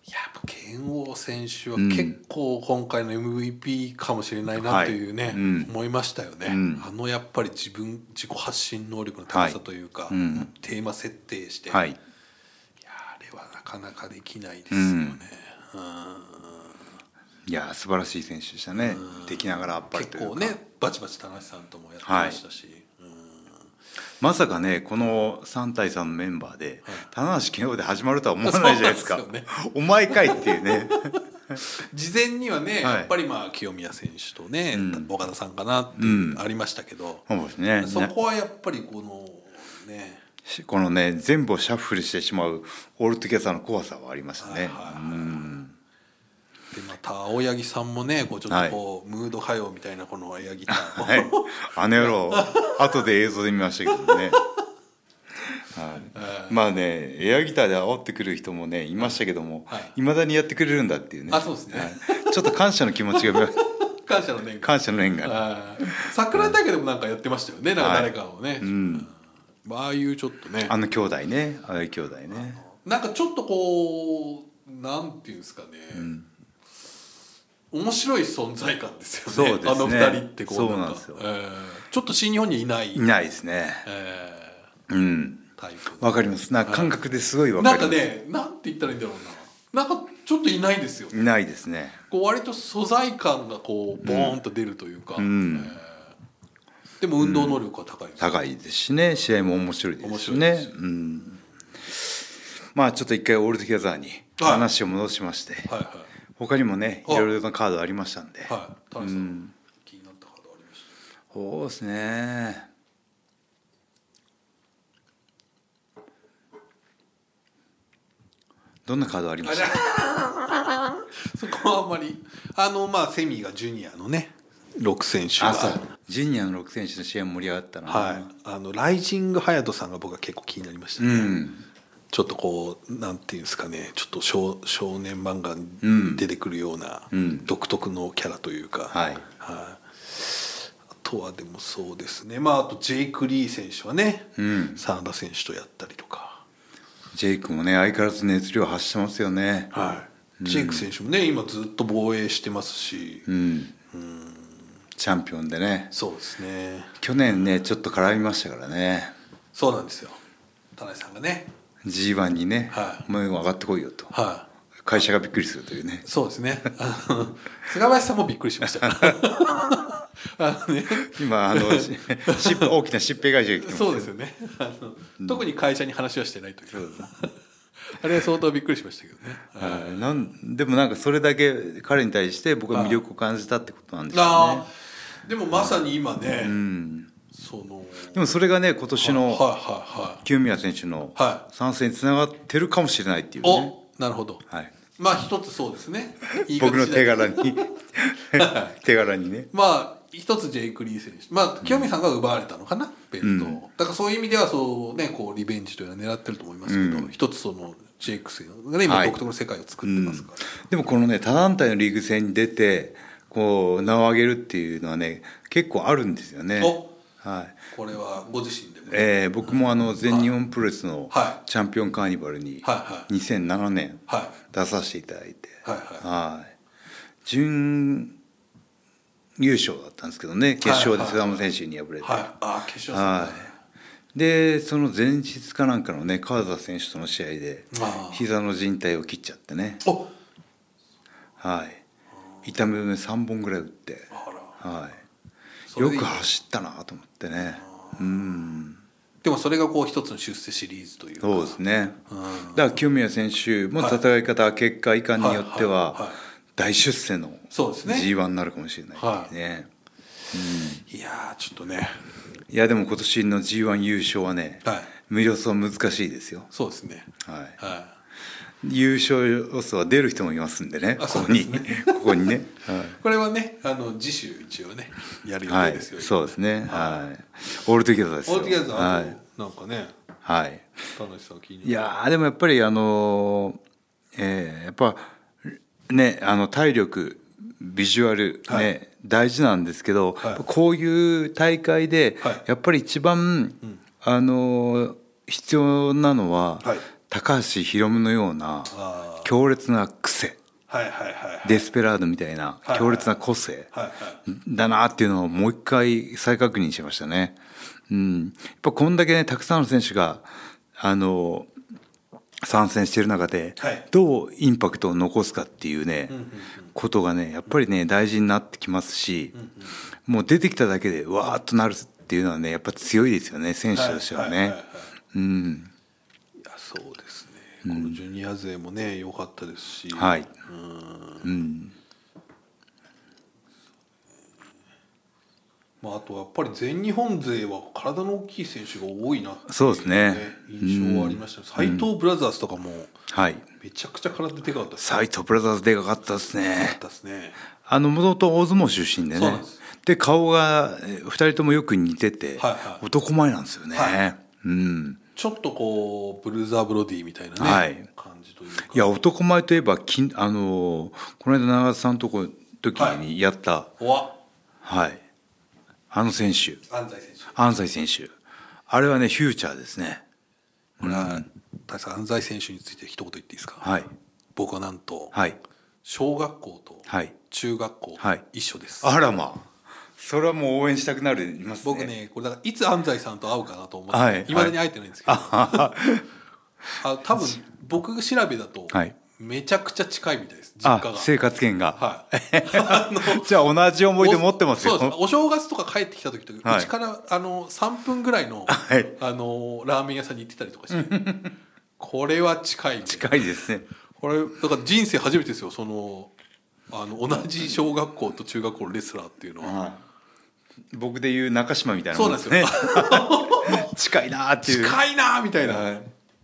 Speaker 2: いややっぱ拳王選手は結構今回の MVP かもしれないなというね、
Speaker 1: はいうん
Speaker 2: 思いましたよね、
Speaker 1: ん
Speaker 2: あのやっぱり自分自己発信能力の高さというか、
Speaker 1: はいうん
Speaker 2: テーマ設定して、
Speaker 1: はいい
Speaker 2: や、あれはなかなかできないですよね、うん
Speaker 1: いやー素晴らしい選手でしたね。できながらあっぱれと
Speaker 2: 結
Speaker 1: いうか。
Speaker 2: 構ねバチバチ田中さんともやってましたし、
Speaker 1: まさかねこの3対3のメンバーで棚橋 KO で始まるとは思わないじゃないですか。
Speaker 2: そうなんです
Speaker 1: お前かいっていうね。
Speaker 2: 事前にはね、
Speaker 1: はい
Speaker 2: やっぱりまあ清宮選手とね、
Speaker 1: うん
Speaker 2: 岡田さんかなっていうありましたけど、
Speaker 1: そうですね。
Speaker 2: [LAUGHS] そこはやっぱりこのね
Speaker 1: しこのね全部をシャッフルしてしまうオールトゥゲザーの怖さはありましたね。
Speaker 2: はいはい
Speaker 1: うん
Speaker 2: でまた青柳さんもねこうちょっとこう、ムード歌謡みたいなこのエアギターを、
Speaker 1: はい、あの野
Speaker 2: [LAUGHS]
Speaker 1: 郎後で映像で見ましたけどね。はい、まあねエアギターで煽ってくる人もねいましたけども、
Speaker 2: はい
Speaker 1: いまだにやってくれるんだっていうね
Speaker 2: あそうですね
Speaker 1: はいちょっと感謝の気持ち
Speaker 2: [LAUGHS]
Speaker 1: が
Speaker 2: 感謝の念願
Speaker 1: 感謝の縁が
Speaker 2: あー桜井大会でもなんかやってましたよね、なんか誰かをね、
Speaker 1: ん
Speaker 2: まあああいうちょっとね
Speaker 1: [LAUGHS] あの兄弟ねああいう兄弟ね
Speaker 2: なんかちょっとこうなんていうんですかね、面白い存在感ですよね
Speaker 1: そうですね
Speaker 2: あの二人ってこう
Speaker 1: そう
Speaker 2: か
Speaker 1: なんですよ
Speaker 2: えーちょっと新日本にいない、
Speaker 1: いないですね
Speaker 2: え
Speaker 1: うん
Speaker 2: ータイプ
Speaker 1: わかりますなんか感覚ですごいわか
Speaker 2: な
Speaker 1: りま
Speaker 2: ん
Speaker 1: す
Speaker 2: かねなんて言ったらいいんだろうななんかちょっといないですよね
Speaker 1: いないですね
Speaker 2: こう割と素材感がこうボーンと出るというか、
Speaker 1: ん
Speaker 2: えーでも運動能力は高いです、
Speaker 1: 高いですしね試合も面白いですしね
Speaker 2: 面白いです
Speaker 1: うん、まあちょっと一回オールドギャザーに
Speaker 2: はい
Speaker 1: 話を戻しまして、
Speaker 2: はいは
Speaker 1: 他にもね
Speaker 2: あ
Speaker 1: いろいろなカードありましたんで、
Speaker 2: いはい田
Speaker 1: う
Speaker 2: 中さん、
Speaker 1: ん
Speaker 2: 気になったカードありまし
Speaker 1: そうですねどんなカードありました
Speaker 2: た [LAUGHS] そこはあんまりあのまあセミがジュニアのね6選手が
Speaker 1: ジュニアの6選手の試合も盛り上がったな、
Speaker 2: はいあのライジングハヤトさんが僕は結構気になりましたね、
Speaker 1: うん
Speaker 2: ちょっとこうなんていうんですかねちょっと少少年漫画に出てくるような
Speaker 1: うん
Speaker 2: 独特のキャラというか、
Speaker 1: はい
Speaker 2: はいあとはでもそうですねまああとジェイク・リー選手はね、
Speaker 1: うん
Speaker 2: 真田選手とやったりとか、
Speaker 1: ジェイクもね相変わらず熱量発してますよね、
Speaker 2: はいジェイク選手もね今ずっと防衛してますし、
Speaker 1: うん、チャンピオンでね
Speaker 2: そうですね
Speaker 1: 去年ねちょっと絡みましたからね
Speaker 2: そうなんですよ田中さんがね
Speaker 1: G1 にね、
Speaker 2: はい
Speaker 1: お前も上がってこいよと
Speaker 2: はい、
Speaker 1: 会社がびっくりするというね
Speaker 2: そうですね [LAUGHS] あの菅林さんもびっくりしました
Speaker 1: [LAUGHS]
Speaker 2: からあのね
Speaker 1: 今あ
Speaker 2: [LAUGHS]
Speaker 1: のしし大きな疾病会社が来てます
Speaker 2: そうですよねあの、特に会社に話はしてないというあれは相当びっくりしましたけどね、
Speaker 1: はいなんでもなんかそれだけ彼に対して僕は魅力を感じたってことなんですよね
Speaker 2: あーでもまさに今ね、
Speaker 1: うん
Speaker 2: その
Speaker 1: でもそれがね今年
Speaker 2: はい
Speaker 1: の
Speaker 2: は
Speaker 1: 清宮選手の
Speaker 2: は
Speaker 1: 参戦につながってるかもしれないっていう
Speaker 2: いはいはい
Speaker 1: ね、
Speaker 2: おなるほど
Speaker 1: はい、
Speaker 2: まあ一つそうですね言い方
Speaker 1: 僕の手
Speaker 2: 次第
Speaker 1: 柄
Speaker 2: [LAUGHS]
Speaker 1: に [LAUGHS] 手柄にね
Speaker 2: まあ一つジェイク・リー選手まあ清美さんが奪われたのかなベルトを、だからそういう意味ではそうねこうリベンジというのは狙ってると思いますけど、一つそのジェイク選手がね今
Speaker 1: はい
Speaker 2: 独特の世界を作ってますから、
Speaker 1: でもこのね他団体のリーグ戦に出てこう名を上げるっていうのはね結構あるんですよね
Speaker 2: お。
Speaker 1: はい
Speaker 2: これはご自身でも、
Speaker 1: えー僕もあの全日本プロレスの
Speaker 2: は
Speaker 1: チャンピオンカーニバルに
Speaker 2: はいはい
Speaker 1: 2007年
Speaker 2: はい
Speaker 1: 出させていただいて、
Speaker 2: はいはい
Speaker 1: はい準優勝だったんですけどね決勝で
Speaker 2: はい
Speaker 1: 瀬
Speaker 2: はい
Speaker 1: 山選手に敗れて、
Speaker 2: はいああ決勝
Speaker 1: は
Speaker 2: 戦だね
Speaker 1: い、でその前日かなんかのね川田選手との試合で
Speaker 2: ああ
Speaker 1: 膝の靭帯を切っちゃってね、
Speaker 2: お
Speaker 1: はい、痛み止め3本ぐらい打って、
Speaker 2: あら
Speaker 1: はい、
Speaker 2: それ
Speaker 1: よ
Speaker 2: で
Speaker 1: く走ったなと思ってねうん
Speaker 2: でもそれがこう一つの出世シリーズというか
Speaker 1: そうですね
Speaker 2: うん
Speaker 1: だから清宮選手も
Speaker 2: はい
Speaker 1: 戦い方、結果いかんによって
Speaker 2: はいはいは
Speaker 1: はい大出世の
Speaker 2: そうですね
Speaker 1: G1 になるかもしれないね、
Speaker 2: いやーちょっとね
Speaker 1: い、やでも今年の G1 優勝はね、
Speaker 2: はい
Speaker 1: 無予想難しいですよ、
Speaker 2: そうですね
Speaker 1: は、
Speaker 2: はい
Speaker 1: 優勝予想は出る人もいますんでね
Speaker 2: あ
Speaker 1: ここに、
Speaker 2: そうです
Speaker 1: [LAUGHS] ここにね、はい
Speaker 2: いこれはねあの次週一応ねやる予
Speaker 1: は
Speaker 2: 定
Speaker 1: い、
Speaker 2: ですよ、
Speaker 1: そうですね、はい、オールトゥギャザーです
Speaker 2: オ
Speaker 1: よ
Speaker 2: ールトゥギャザー、
Speaker 1: はい、
Speaker 2: なんかね
Speaker 1: はい、
Speaker 2: 楽しさを気に
Speaker 1: いやーでもやっぱりあのーえーやっぱねあの体力ビジュアルね、
Speaker 2: はい
Speaker 1: 大事なんですけど、
Speaker 2: はい
Speaker 1: こういう大会で、
Speaker 2: はい
Speaker 1: やっぱり一番、あのー必要なのは、
Speaker 2: はい
Speaker 1: 高橋宏夢のような
Speaker 2: あ
Speaker 1: 強烈な癖
Speaker 2: はいはいはいはい
Speaker 1: デスペラードみたいな
Speaker 2: はい
Speaker 1: 強烈な個性、
Speaker 2: はいはい
Speaker 1: だなっていうのをもう一回再確認しましたね。うん、やっぱこんだけねたくさんの選手があの参戦してる中で、
Speaker 2: はい
Speaker 1: どうインパクトを残すかっていうね、
Speaker 2: んうんうん
Speaker 1: ことがねやっぱりね大事になってきますし、もう出てきただけでわーっとなるっていうのはねやっぱ強いですよね選手としてはね。
Speaker 2: はいはいはい
Speaker 1: うん
Speaker 2: いやそうですねこのジュニア勢もね良かったですし
Speaker 1: はい
Speaker 2: うん
Speaker 1: うん
Speaker 2: まあ、あとはやっぱり全日本勢は体の大きい選手が多いなってい
Speaker 1: そうですね
Speaker 2: 印象はありました斎、斉藤ブラザーズとかも
Speaker 1: はい、
Speaker 2: めちゃくちゃ体でかかったですね
Speaker 1: サイトブラザーズでかかったです
Speaker 2: でかか
Speaker 1: ね
Speaker 2: っ。たですね
Speaker 1: あのもともと大相撲出身で
Speaker 2: そう
Speaker 1: ね
Speaker 2: なんです
Speaker 1: で顔が2人ともよく似てて、
Speaker 2: はいはい
Speaker 1: 男前なんですよね、
Speaker 2: はい
Speaker 1: うん
Speaker 2: ちょっとこうブルーザーブロディみたいなね、
Speaker 1: はい
Speaker 2: 感じというか
Speaker 1: いや男前といえばきんあのーこの間長田さんとこ時にやった
Speaker 2: おわ
Speaker 1: はい、あの選手
Speaker 2: 安西選手
Speaker 1: 安西選手あれはねフューチャーですね
Speaker 2: これは大佐安西選手について一言言っていいですか、
Speaker 1: はい
Speaker 2: 僕はなんと、
Speaker 1: はい
Speaker 2: 小学校と
Speaker 1: はい
Speaker 2: 中学校
Speaker 1: はい
Speaker 2: 一緒です、
Speaker 1: あらまあそれはもう応援したくなりますね
Speaker 2: 僕ねこれだからいつ安西さんと会うかなと思って、
Speaker 1: はいい
Speaker 2: まだに会えてないんですけど、あ多分僕が調べだと、
Speaker 1: はい
Speaker 2: めちゃくちゃ近いみたいです実家
Speaker 1: あ
Speaker 2: が
Speaker 1: 生活圏が、
Speaker 2: はい
Speaker 1: [LAUGHS] じゃあ同じ思い出持ってますよ
Speaker 2: おそうですお正月とか帰ってきた時とか、
Speaker 1: はいう
Speaker 2: ちからあの3分ぐらいの,、
Speaker 1: [LAUGHS] はい
Speaker 2: あのラーメン屋さんに行ってたりと
Speaker 1: [LAUGHS]
Speaker 2: かしてこれは近いね
Speaker 1: 近いですね
Speaker 2: これだから人生初めてですよそのあの同じ小学校と中学校のレスラーっていうのは、
Speaker 1: はい、僕で言う中島みたいなもん
Speaker 2: そうなんで
Speaker 1: 近いなーっていう
Speaker 2: 近いなーみたいな、
Speaker 1: はい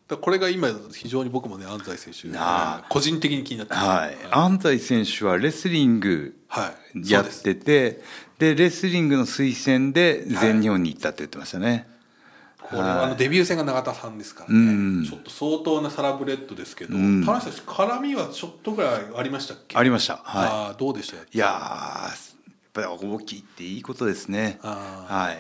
Speaker 2: だからこれが今非常に僕もね安西選手
Speaker 1: あ
Speaker 2: 個人的に気になってます
Speaker 1: はい、安西選手はレスリング
Speaker 2: はい
Speaker 1: やっ
Speaker 2: そうです
Speaker 1: ててでレスリングの推薦で全日本に行ったって言ってましたね、
Speaker 2: これはあのデビュー戦が永田さんですからね、
Speaker 1: うん
Speaker 2: ちょっと相当なサラブレッドですけど、
Speaker 1: ん
Speaker 2: 田中選手絡みはちょっとぐらいありましたっけ
Speaker 1: ありましたはい
Speaker 2: あーどうでした
Speaker 1: いやーやっぱり大きいっていいことですね
Speaker 2: あ
Speaker 1: はい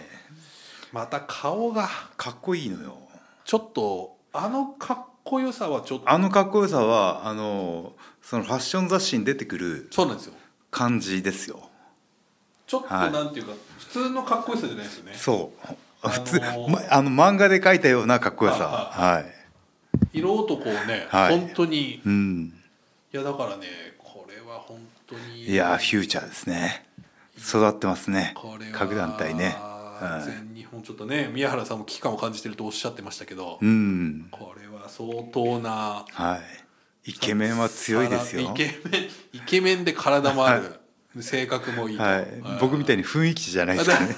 Speaker 2: また顔が
Speaker 1: かっこいいのよ
Speaker 2: ちょっとあのかっこよさはちょっと
Speaker 1: あのかっこよさはあのそのファッション雑誌に出てくる
Speaker 2: そうなんですよ
Speaker 1: 感じですよ
Speaker 2: ちょっと
Speaker 1: はい
Speaker 2: なんていうか、普通のかっこよさじゃないですよね
Speaker 1: そう
Speaker 2: あのー
Speaker 1: 普通、まあの漫画で描いたようなかっこよさ
Speaker 2: は
Speaker 1: はい
Speaker 2: 色男をね、
Speaker 1: はい
Speaker 2: 本当にい
Speaker 1: うん
Speaker 2: やだからねこれは本当に
Speaker 1: いやーフューチャーですね育ってますね
Speaker 2: これは
Speaker 1: 各団体ね、はい
Speaker 2: 全日本ちょっとね宮原さんも危機感を感じてるとおっしゃってましたけど、
Speaker 1: うん
Speaker 2: これは相当な
Speaker 1: はいイケメンは強いですよ
Speaker 2: イケメンイケメンで体もある、性格もいいと、
Speaker 1: はい僕みたい
Speaker 2: に
Speaker 1: に雰囲気じゃないですかね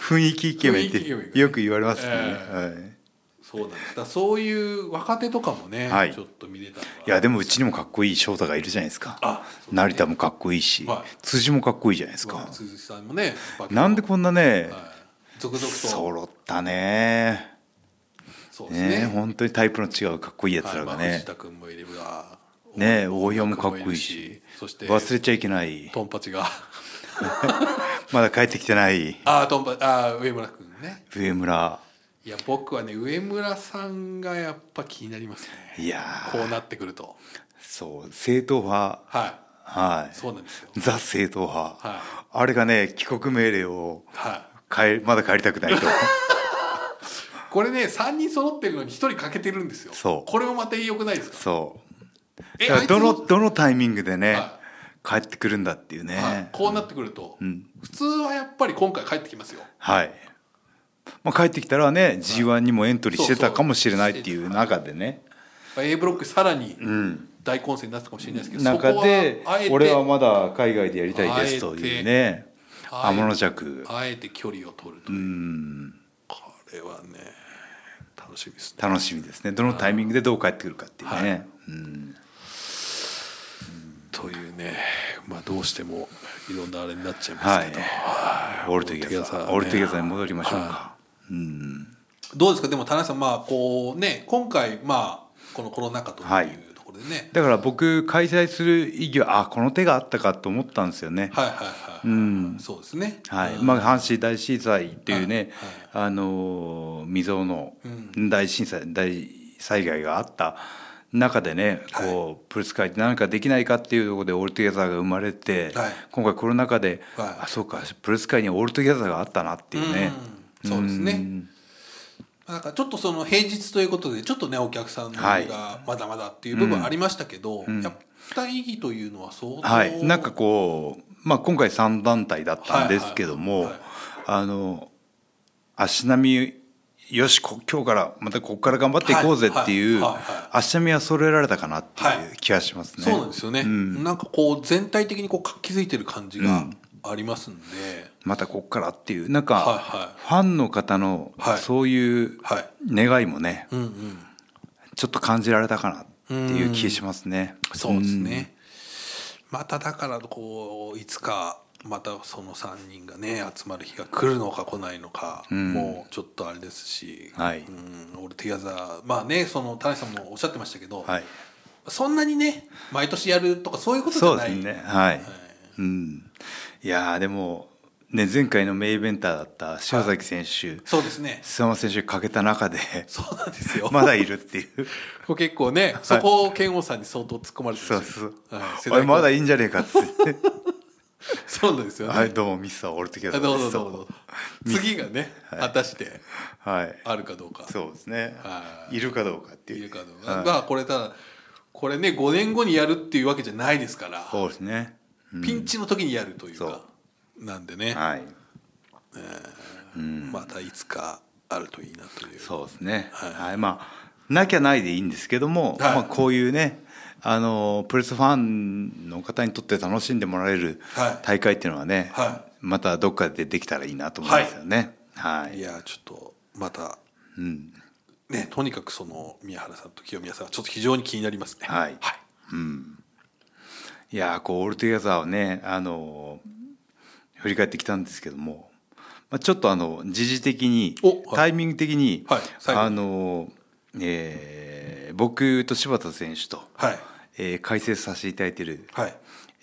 Speaker 1: 雰囲気イケメンっ
Speaker 2: 雰囲気イケメン
Speaker 1: てよく言われますよね、
Speaker 2: え
Speaker 1: はい、
Speaker 2: そうなんですだからそういう若手とかもね、
Speaker 1: はい
Speaker 2: ちょっと見れたら
Speaker 1: いやでもうちにもかっこいい翔太がいるじゃないですか
Speaker 2: あそう
Speaker 1: 成田もかっこいいし、
Speaker 2: はい
Speaker 1: 辻もかっこいいじゃないですか
Speaker 2: 鈴木さんもね
Speaker 1: なんでこんなね、
Speaker 2: はい続々と
Speaker 1: 揃ったね
Speaker 2: そうですね
Speaker 1: ね本当にタイプの違うかっこいいやつらが
Speaker 2: はいまあ
Speaker 1: ね
Speaker 2: 藤田君もいれば
Speaker 1: ね大岩もかっこいいし
Speaker 2: そして
Speaker 1: 忘れちゃいけない
Speaker 2: トンパチが
Speaker 1: まだ帰ってきてない
Speaker 2: ああトンパあー上村君ね
Speaker 1: 上村
Speaker 2: いや僕はね上村さんがやっぱ気になりますね
Speaker 1: いやー
Speaker 2: こうなってくると
Speaker 1: そう正統派
Speaker 2: は
Speaker 1: はい
Speaker 2: いそうなんですよ
Speaker 1: ザ正統派、
Speaker 2: はい
Speaker 1: あれがね帰国命令を
Speaker 2: はい
Speaker 1: 帰まだ帰りたく
Speaker 2: [LAUGHS]
Speaker 1: ないと
Speaker 2: これね3人揃ってるのに1人欠けてるんですよ
Speaker 1: そう
Speaker 2: これもまた良くないですか
Speaker 1: そう
Speaker 2: え
Speaker 1: だか
Speaker 2: あ
Speaker 1: ら
Speaker 2: いつも
Speaker 1: どのどのタイミングでね、
Speaker 2: は
Speaker 1: 帰ってくるんだっていうね、
Speaker 2: はいこうなってくると、
Speaker 1: ん
Speaker 2: 普通はやっぱり今回帰ってきますよ
Speaker 1: はい、まあ、帰ってきたらね g 1にもエントリーしてたかもしれないっていう中でね
Speaker 2: A ブロックさらに
Speaker 1: ん
Speaker 2: 大混戦になったかもしれないですけど、そこ
Speaker 1: 中
Speaker 2: は
Speaker 1: で
Speaker 2: あえて
Speaker 1: 俺はまだ海外でやりたいですというね
Speaker 2: あえて
Speaker 1: 天の弱
Speaker 2: あえて距離を取るという、これはね楽しみですね
Speaker 1: 楽しみですねどのタイミングでどう帰ってくるかっていうね、
Speaker 2: はい
Speaker 1: うん、
Speaker 2: というねまあどうしてもいろんなあれになっちゃいますけど、
Speaker 1: オールトゥギャザーオールトゥギャザーに戻りましょうか、
Speaker 2: は
Speaker 1: うん
Speaker 2: どうですかでも田中さんまあこうね今回まあこのコロナ禍とい
Speaker 1: はいう
Speaker 2: ところでね、
Speaker 1: だから僕開催する意義はあこの手があったかと思ったんですよね。
Speaker 2: はいはいはい、そうですね
Speaker 1: はい
Speaker 2: うん
Speaker 1: まあ、阪神大震災っていうね、あのー未曾有の大震災、大災害があった中でねこうプロレス界で何かできないかっていうところでオールトゥギャザーが生まれて、
Speaker 2: はい
Speaker 1: 今回コロナ禍で、
Speaker 2: はい
Speaker 1: あそうかプロレス界にはオールトゥギャザーがあったなっていうね。
Speaker 2: うんそうですね
Speaker 1: ん
Speaker 2: なんかちょっとその平日ということでちょっとねお客さん
Speaker 1: はい
Speaker 2: がまだまだっていう部分ありましたけど、やった意義というのは相当
Speaker 1: はい、なんかこう、まあ、今回3団体だったんですけども、
Speaker 2: はいはいはい
Speaker 1: あの足並みよしこ今日からまたここから頑張っていこうぜっていう、
Speaker 2: はいはいはいはい
Speaker 1: 足並みは揃えられたかなって
Speaker 2: はい
Speaker 1: いう気がしますね。
Speaker 2: そうなんですよね、
Speaker 1: ん
Speaker 2: なんかこう全体的にこう活気づいてる感じがありますんで、
Speaker 1: またここからっていうなんか、
Speaker 2: はいはい
Speaker 1: ファンの方の
Speaker 2: はい
Speaker 1: そういう
Speaker 2: はい
Speaker 1: 願いもね、
Speaker 2: うんうん
Speaker 1: ちょっと感じられたかなっていう気がしますね。
Speaker 2: そうですね、まただからこういつかまたその3人がね集まる日が来るのか来ないのか、もうちょっとあれですし、
Speaker 1: はい
Speaker 2: うん、俺ティアザーまあねその田中さんもおっしゃってましたけど、
Speaker 1: はい、
Speaker 2: そんなにね毎年やるとかそういうことじ
Speaker 1: そ
Speaker 2: ゃ
Speaker 1: う
Speaker 2: な
Speaker 1: で
Speaker 2: い
Speaker 1: すねはい、うん、いやーでも、ね、前回の名イベンターだった塩崎選手、
Speaker 2: そうですね
Speaker 1: 須山選手欠けた中で
Speaker 2: そうなんですよ、
Speaker 1: まだいるって
Speaker 2: [LAUGHS]
Speaker 1: いう
Speaker 2: これ結構ねそこを剣王さんに相当突っ込まれて
Speaker 1: そう
Speaker 2: ました
Speaker 1: そ
Speaker 2: よ
Speaker 1: う
Speaker 2: はい、世
Speaker 1: お
Speaker 2: 代
Speaker 1: いまだ
Speaker 2: 交
Speaker 1: いいんじゃねえかっつ
Speaker 2: [LAUGHS]
Speaker 1: って
Speaker 2: そうなんですよね、
Speaker 1: はいどうもミスは俺ときだ
Speaker 2: あどうぞどうぞ次がね果たして
Speaker 1: はい
Speaker 2: あるかどうか
Speaker 1: そうですね
Speaker 2: はい
Speaker 1: いるかどうかって
Speaker 2: い
Speaker 1: い
Speaker 2: る
Speaker 1: う
Speaker 2: かどうか、まあこれただこれね5年後にやるっていうわけじゃないですから、
Speaker 1: そうですね
Speaker 2: ピンチの時にやるというか
Speaker 1: そ
Speaker 2: なんでね、
Speaker 1: はい
Speaker 2: またいつかあるといいなという
Speaker 1: そうですね
Speaker 2: はい
Speaker 1: はいまあなきゃないでいいんですけども
Speaker 2: はい
Speaker 1: まあこういうねあのプロレスファンの方にとって楽しんでもらえる
Speaker 2: はい
Speaker 1: 大会っていうのはね
Speaker 2: はい
Speaker 1: またどっかでできたらいいなと思いますよねはい
Speaker 2: やちょっとまた
Speaker 1: うん
Speaker 2: ねとにかくその宮原さんと清宮さんはちょっと非常に気になりますね
Speaker 1: はいいやーこうオールトゥギャザーをね、あのー振り返ってきたんですけども、まあ、ちょっとあの時事的に
Speaker 2: おはい
Speaker 1: タイミング的に、
Speaker 2: はい最後に
Speaker 1: あのーえー僕と柴田選手と、
Speaker 2: はい
Speaker 1: えー解説させていただいている、
Speaker 2: はい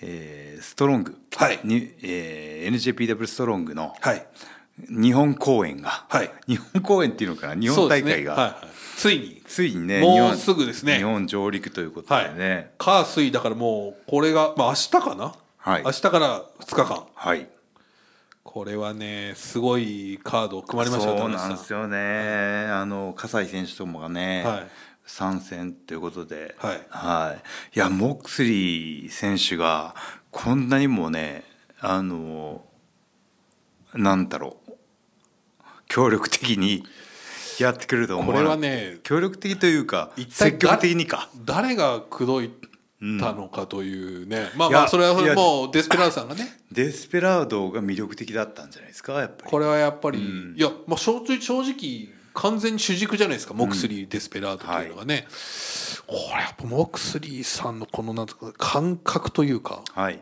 Speaker 1: えーストロング
Speaker 2: はい
Speaker 1: に、えー NJPW ストロングの
Speaker 2: はい
Speaker 1: 日本公演が、
Speaker 2: はい
Speaker 1: 日本公演っていうのかな日本大会が、
Speaker 2: そうですねはいはいついに
Speaker 1: ついにね
Speaker 2: もう
Speaker 1: 日本
Speaker 2: すぐですね
Speaker 1: 日本上陸ということ
Speaker 2: は
Speaker 1: で
Speaker 2: い
Speaker 1: ね、
Speaker 2: 火水だからもうこれがまあ明日かな、
Speaker 1: はい
Speaker 2: 明日から2日間
Speaker 1: はい、
Speaker 2: これはねすごいカード組まれましたよ
Speaker 1: そう
Speaker 2: 田中さ
Speaker 1: なんですよね、あの葛西選手ともがね、
Speaker 2: はい
Speaker 1: 参戦ということで、
Speaker 2: はい
Speaker 1: い、いや、モクスリー選手がこんなにもね、あのなんだろう、協力的にやってくれると思
Speaker 2: こ
Speaker 1: う
Speaker 2: れはね
Speaker 1: 協力的というか、
Speaker 2: 一体
Speaker 1: 積極的にか。
Speaker 2: 誰が口説いたのかというね、まあ
Speaker 1: い
Speaker 2: ま
Speaker 1: や
Speaker 2: あそれはい
Speaker 1: や
Speaker 2: もうデスペラードさん
Speaker 1: [LAUGHS]
Speaker 2: がね
Speaker 1: デスペラードが魅力的だったんじゃないですか、やっぱり。
Speaker 2: これはやっぱり、いや、まあ、正直正直完全に主軸じゃないですかモクスリー・デスペラードというのがね、これやっぱモクスリーさんのこのなんとか感覚というか
Speaker 1: はい、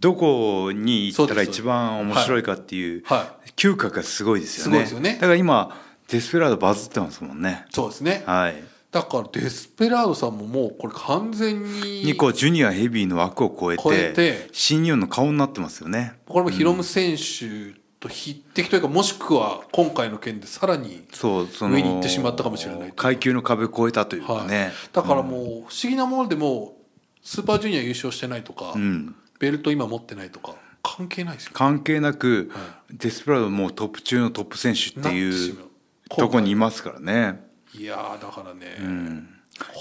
Speaker 1: どこに行った
Speaker 2: そう
Speaker 1: ら
Speaker 2: です
Speaker 1: 一番面白いかっていう
Speaker 2: はいは
Speaker 1: 嗅覚がすごいですよね。
Speaker 2: すごいですよね
Speaker 1: だから今デスペラードバズってますもんね。
Speaker 2: そうですね
Speaker 1: はい。
Speaker 2: だからデスペラードさんももうこれ完全に
Speaker 1: にこうジュニアヘビーの枠を超えて
Speaker 2: 超えて
Speaker 1: 新日本の顔になってますよね
Speaker 2: これもヒロム選手と匹敵というかもしくは今回の件でさらに
Speaker 1: そうその
Speaker 2: 上に行ってしまったかもしれない
Speaker 1: 階級の壁を超えたというかね、
Speaker 2: だからもう不思議なものでもうスーパージュニア優勝してないとか、
Speaker 1: うん、
Speaker 2: ベルト今持ってないとか関係ないですよ
Speaker 1: 関係なくデスペラードもうトップ中のトップ選手って
Speaker 2: なってし
Speaker 1: いう
Speaker 2: まう
Speaker 1: とこにいますからね
Speaker 2: いやーだからね、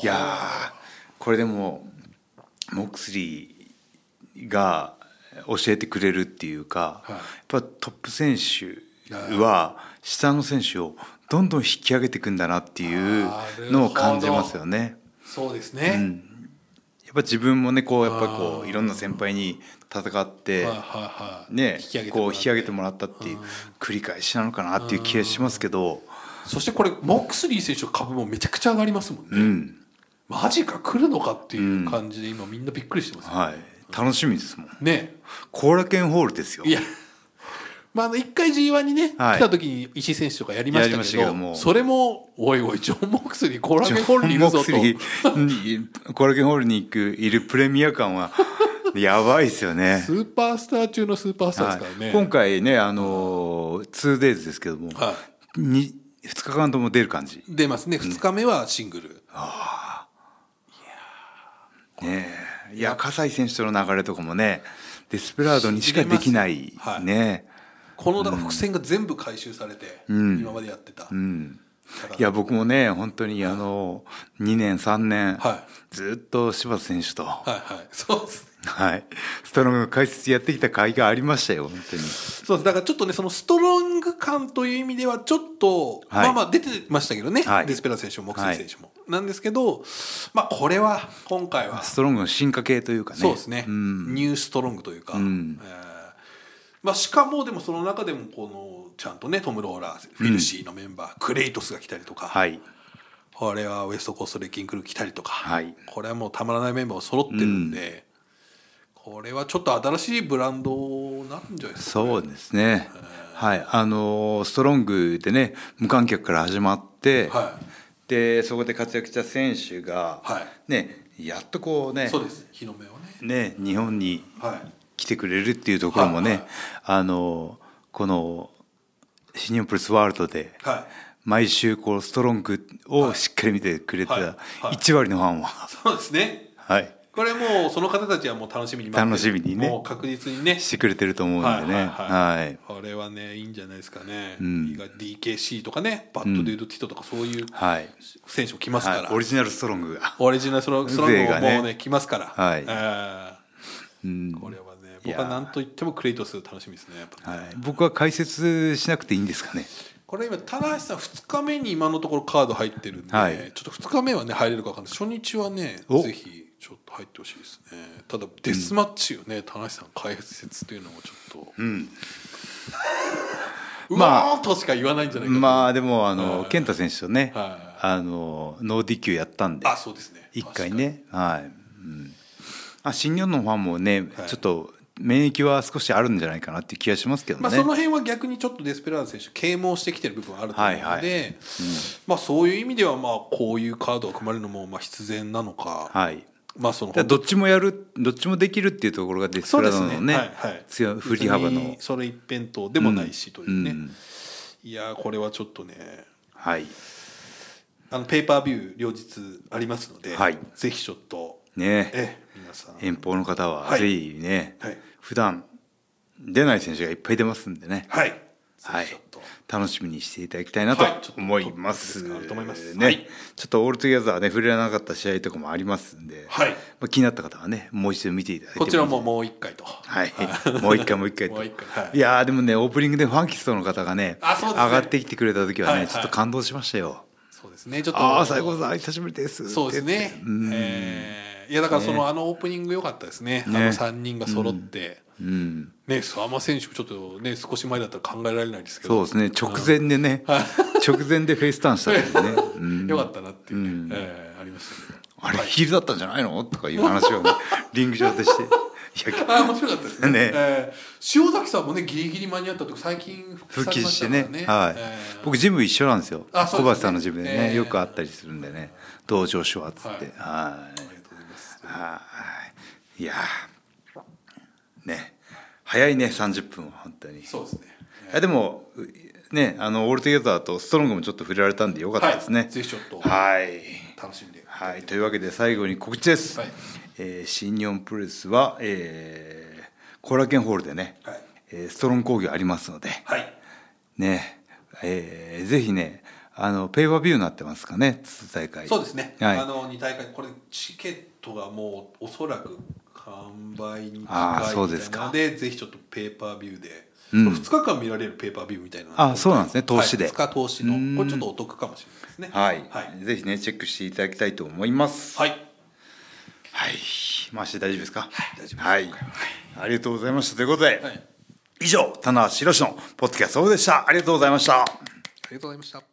Speaker 1: いやーこれでもモクスリーが教えてくれるっていうか、
Speaker 2: はい
Speaker 1: やっぱトップ選手は下の選手をどんどん引き上げていくんだなっていうのを感じますよね。
Speaker 2: そうですね、
Speaker 1: やっぱ自分もねこうやっぱこういろんな先輩に戦って
Speaker 2: はいはいはい
Speaker 1: ね
Speaker 2: 引き上げて
Speaker 1: こ
Speaker 2: も
Speaker 1: う引
Speaker 2: らっ
Speaker 1: き
Speaker 2: て
Speaker 1: 上げてもらったっていう繰り返しなのかなっていう気がしますけど、
Speaker 2: そしてこれモックスリー選手の株もめちゃくちゃ上がりますもんね、
Speaker 1: うん、
Speaker 2: マジか来るのかっていう感じで今みんなびっくりしてますよ
Speaker 1: はい、楽しみですもん。
Speaker 2: ね
Speaker 1: 後楽園ホールですよ。
Speaker 2: いや [LAUGHS] まああの一回 G1 にね、
Speaker 1: はい
Speaker 2: 来た時に石井選手とかやりました
Speaker 1: やり
Speaker 2: けど
Speaker 1: ましたけども
Speaker 2: それもおいおいジョン・モックスリーコラ
Speaker 1: ジ
Speaker 2: ゲ
Speaker 1: ョ
Speaker 2: ホ
Speaker 1: ン・
Speaker 2: ンにい
Speaker 1: モッ
Speaker 2: るぞ
Speaker 1: クス
Speaker 2: と
Speaker 1: リーにコ [LAUGHS] ラケンホールに行くいるプレミア感は [LAUGHS] やばいですよね
Speaker 2: ス。ーパースター中のスーパースターですから
Speaker 1: は
Speaker 2: ね、
Speaker 1: い、今回ねあのー 2days ですけども、
Speaker 2: は
Speaker 1: に2日間とも出る感じ
Speaker 2: 出ますね2日目はシングル、
Speaker 1: ねえいや葛西選手との流れとかもねデスペラードにしかできない
Speaker 2: 知りますよはい
Speaker 1: ね
Speaker 2: このだから伏線が全部回収されて、今までやってた、
Speaker 1: うん
Speaker 2: だから
Speaker 1: いや僕もね本当にあの2年3年、
Speaker 2: は
Speaker 1: ずっと柴田選手と、は
Speaker 2: はいはいそうです
Speaker 1: いストロングの解説やってきた甲斐がありましたよ本当に。
Speaker 2: そうですだからちょっとねそのストロング感という意味ではちょっと、
Speaker 1: はい
Speaker 2: まあまあ出てましたけどね、
Speaker 1: はい
Speaker 2: デスペラ選手もモクセリ選手も、なんですけどまあこれは今回は、
Speaker 1: ストロングの進化系というかね。
Speaker 2: そうですね、
Speaker 1: うん
Speaker 2: ニューストロングというか、
Speaker 1: ん
Speaker 2: えーまあ、しかもでもその中でもこのちゃんとねトム・ローラーフィルシーのメンバー、クレイトスが来たりとか、
Speaker 1: はい。
Speaker 2: これはウエストコーストレッキングルー来たりとか、
Speaker 1: はい
Speaker 2: これはもうたまらないメンバーを揃ってるんで、これはちょっと新しいブランドなんじゃないですか
Speaker 1: そうですね。はい。あのーストロングでね、無観客から始まって、
Speaker 2: はい
Speaker 1: で、そこで活躍した選手が、
Speaker 2: はい
Speaker 1: ね、やっとこうね、
Speaker 2: そうです日の目をね
Speaker 1: ね、日本に
Speaker 2: はい
Speaker 1: 来てくれるっていうところもね、
Speaker 2: はいはい
Speaker 1: あのーこの、新日本プロレスワールドで、
Speaker 2: はい
Speaker 1: 毎週こうストロングをしっかり見てくれて
Speaker 2: はいは
Speaker 1: た
Speaker 2: い
Speaker 1: 1割のファンは、
Speaker 2: そうですね
Speaker 1: はい、
Speaker 2: これもうその方たちはもう楽しみに待ってる
Speaker 1: 楽しみにね
Speaker 2: もう確実にね
Speaker 1: してくれてると思うんでね。はい
Speaker 2: これはねいいんじゃないですかね、
Speaker 1: ん
Speaker 2: 意外 DKC とかねバッドデュードティトとかそういう
Speaker 1: はい。
Speaker 2: 選手も来ますから、
Speaker 1: はい、オリジナルストロングが。
Speaker 2: オリジナルスロスロング
Speaker 1: 勢
Speaker 2: も
Speaker 1: が
Speaker 2: もう
Speaker 1: ね
Speaker 2: ね来ますから、
Speaker 1: はい
Speaker 2: えー
Speaker 1: うん
Speaker 2: これはね
Speaker 1: いや
Speaker 2: 僕は何と言ってもクレイトス楽しみですねやっぱね
Speaker 1: はい、僕は解説しなくていいんですかね。
Speaker 2: これ今田橋さん2日目に今のところカード入ってるんで、
Speaker 1: はい
Speaker 2: ちょっと2日目はね入れるか分かんない初日はね
Speaker 1: お
Speaker 2: ぜひちょっと入ってほしいですねただデスマッチをね、田橋さん解説っていうのもちょっとうん
Speaker 1: まあ
Speaker 2: まあとしか言わないんじゃないか
Speaker 1: [LAUGHS]
Speaker 2: と
Speaker 1: まあでもあの、
Speaker 2: はい
Speaker 1: 健太選手とね、
Speaker 2: は
Speaker 1: あのノーディキューやったんで
Speaker 2: あそうですね
Speaker 1: 一回ね、はい。うん、あ新日本のファンもね、
Speaker 2: はい
Speaker 1: ちょっと免疫は少しあるんじゃないかなっていう気がしますけどね。
Speaker 2: まあ、その辺は逆にちょっとデスペラード選手啓蒙してきてる部分はあると思うので、
Speaker 1: はいはい
Speaker 2: まあ、そういう意味ではまあこういうカードが組まれるのもまあ必然なのか、
Speaker 1: はい。
Speaker 2: まあその
Speaker 1: だからどっちもやるどっちもできるっていうところがデス
Speaker 2: そ
Speaker 1: プ
Speaker 2: う
Speaker 1: ラ
Speaker 2: で
Speaker 1: ザ
Speaker 2: す
Speaker 1: のね
Speaker 2: ねはいはい、
Speaker 1: 強い振り幅
Speaker 2: 別
Speaker 1: の
Speaker 2: にそれ一辺倒でもないしというね、
Speaker 1: うん
Speaker 2: いやーこれはちょっとね
Speaker 1: はい
Speaker 2: あのペーパービュー両日ありますので、
Speaker 1: はい
Speaker 2: ぜひちょっと、
Speaker 1: ね
Speaker 2: ええ皆さん
Speaker 1: 遠方の方は
Speaker 2: はい
Speaker 1: ぜひね、
Speaker 2: はい
Speaker 1: 普段出ない選手がいっぱい出ますんでね、
Speaker 2: はいぜ
Speaker 1: はい
Speaker 2: ひちょっと、
Speaker 1: 楽しみにしていただきたいなと
Speaker 2: はいちょっと
Speaker 1: 思います。
Speaker 2: トップですかと思います
Speaker 1: ね、
Speaker 2: はい
Speaker 1: ちょっとオールトゥギャザーね触れられなかった試合とかもありますんで、
Speaker 2: はい
Speaker 1: まあ、気になった方はねもう一度見ていただいて
Speaker 2: こちらももう一回と、
Speaker 1: はい、
Speaker 2: [LAUGHS]
Speaker 1: もう一回もう一回と
Speaker 2: もう一回はい
Speaker 1: いやーでもねオープニングでファンキストの方がね
Speaker 2: あそうですね
Speaker 1: 上がってきてくれた時はね、
Speaker 2: はいはい
Speaker 1: ちょっと感動しましたよ。
Speaker 2: そうですねちょっと
Speaker 1: ああ最高さん久しぶりです。
Speaker 2: そうですね、えーいやだからその、あのオープニング良かったですねあの3人が揃って、
Speaker 1: うん
Speaker 2: ね諏訪間選手ちょっとね少し前だったら考えられないですけど
Speaker 1: そうですね直前でね直前でフェイスターンしたんでね、
Speaker 2: [LAUGHS]
Speaker 1: うん
Speaker 2: よかったなっていうね、えーありましたけど [LAUGHS]
Speaker 1: あれヒールだったんじゃないのとかいう話をね、リング上でして
Speaker 2: あー面白かったですね
Speaker 1: ね
Speaker 2: えー塩崎さんもねギリギリ間に合ったとこ最近
Speaker 1: 復帰
Speaker 2: ま
Speaker 1: して
Speaker 2: た
Speaker 1: ね
Speaker 2: から
Speaker 1: はい、
Speaker 2: えー
Speaker 1: 僕ジム一緒なんですよ
Speaker 2: あそうですね
Speaker 1: 小橋さんのジムでね、
Speaker 2: ええ
Speaker 1: よく会ったりするんでね同情しようっつってはい
Speaker 2: ありがとうございます
Speaker 1: はいいやーね早いね30分は本当にい
Speaker 2: そうですね
Speaker 1: やでもうねあのオールトゥゲザーとストロングもちょっと触れられたんでよかったです
Speaker 2: は
Speaker 1: ね
Speaker 2: い、ぜひちょっと
Speaker 1: はい
Speaker 2: 楽しんで
Speaker 1: はい、というわけで最後に告知です、
Speaker 2: はい
Speaker 1: えー新日本プロレスはえー後楽園ホールでね、
Speaker 2: はい
Speaker 1: えーストロング工業ありますので、
Speaker 2: はい
Speaker 1: ねえーぜひねあのペーパービューになってますかね筒大会
Speaker 2: そうですね、
Speaker 1: はい
Speaker 2: あの2大会これチケットがもうおそらく完売に近いみ
Speaker 1: あー
Speaker 2: たい
Speaker 1: そうですか
Speaker 2: なのでぜひちょっとペーパービューで、
Speaker 1: うん
Speaker 2: 2日間見られるペーパービューみたいなの
Speaker 1: あーそうなんですね投資で
Speaker 2: はい、2日投資
Speaker 1: うん
Speaker 2: のこれちょっとお得かもしれないですね
Speaker 1: はい、
Speaker 2: はい、
Speaker 1: ぜひねチェックしていただきたいと思います
Speaker 2: はい、
Speaker 1: はい回して大丈夫ですか
Speaker 2: はい大丈夫です
Speaker 1: はいありがとうございましたということで、
Speaker 2: はいありが
Speaker 1: 以上棚橋宏のポッドキャストオフでしたありがとうございました
Speaker 2: とうございました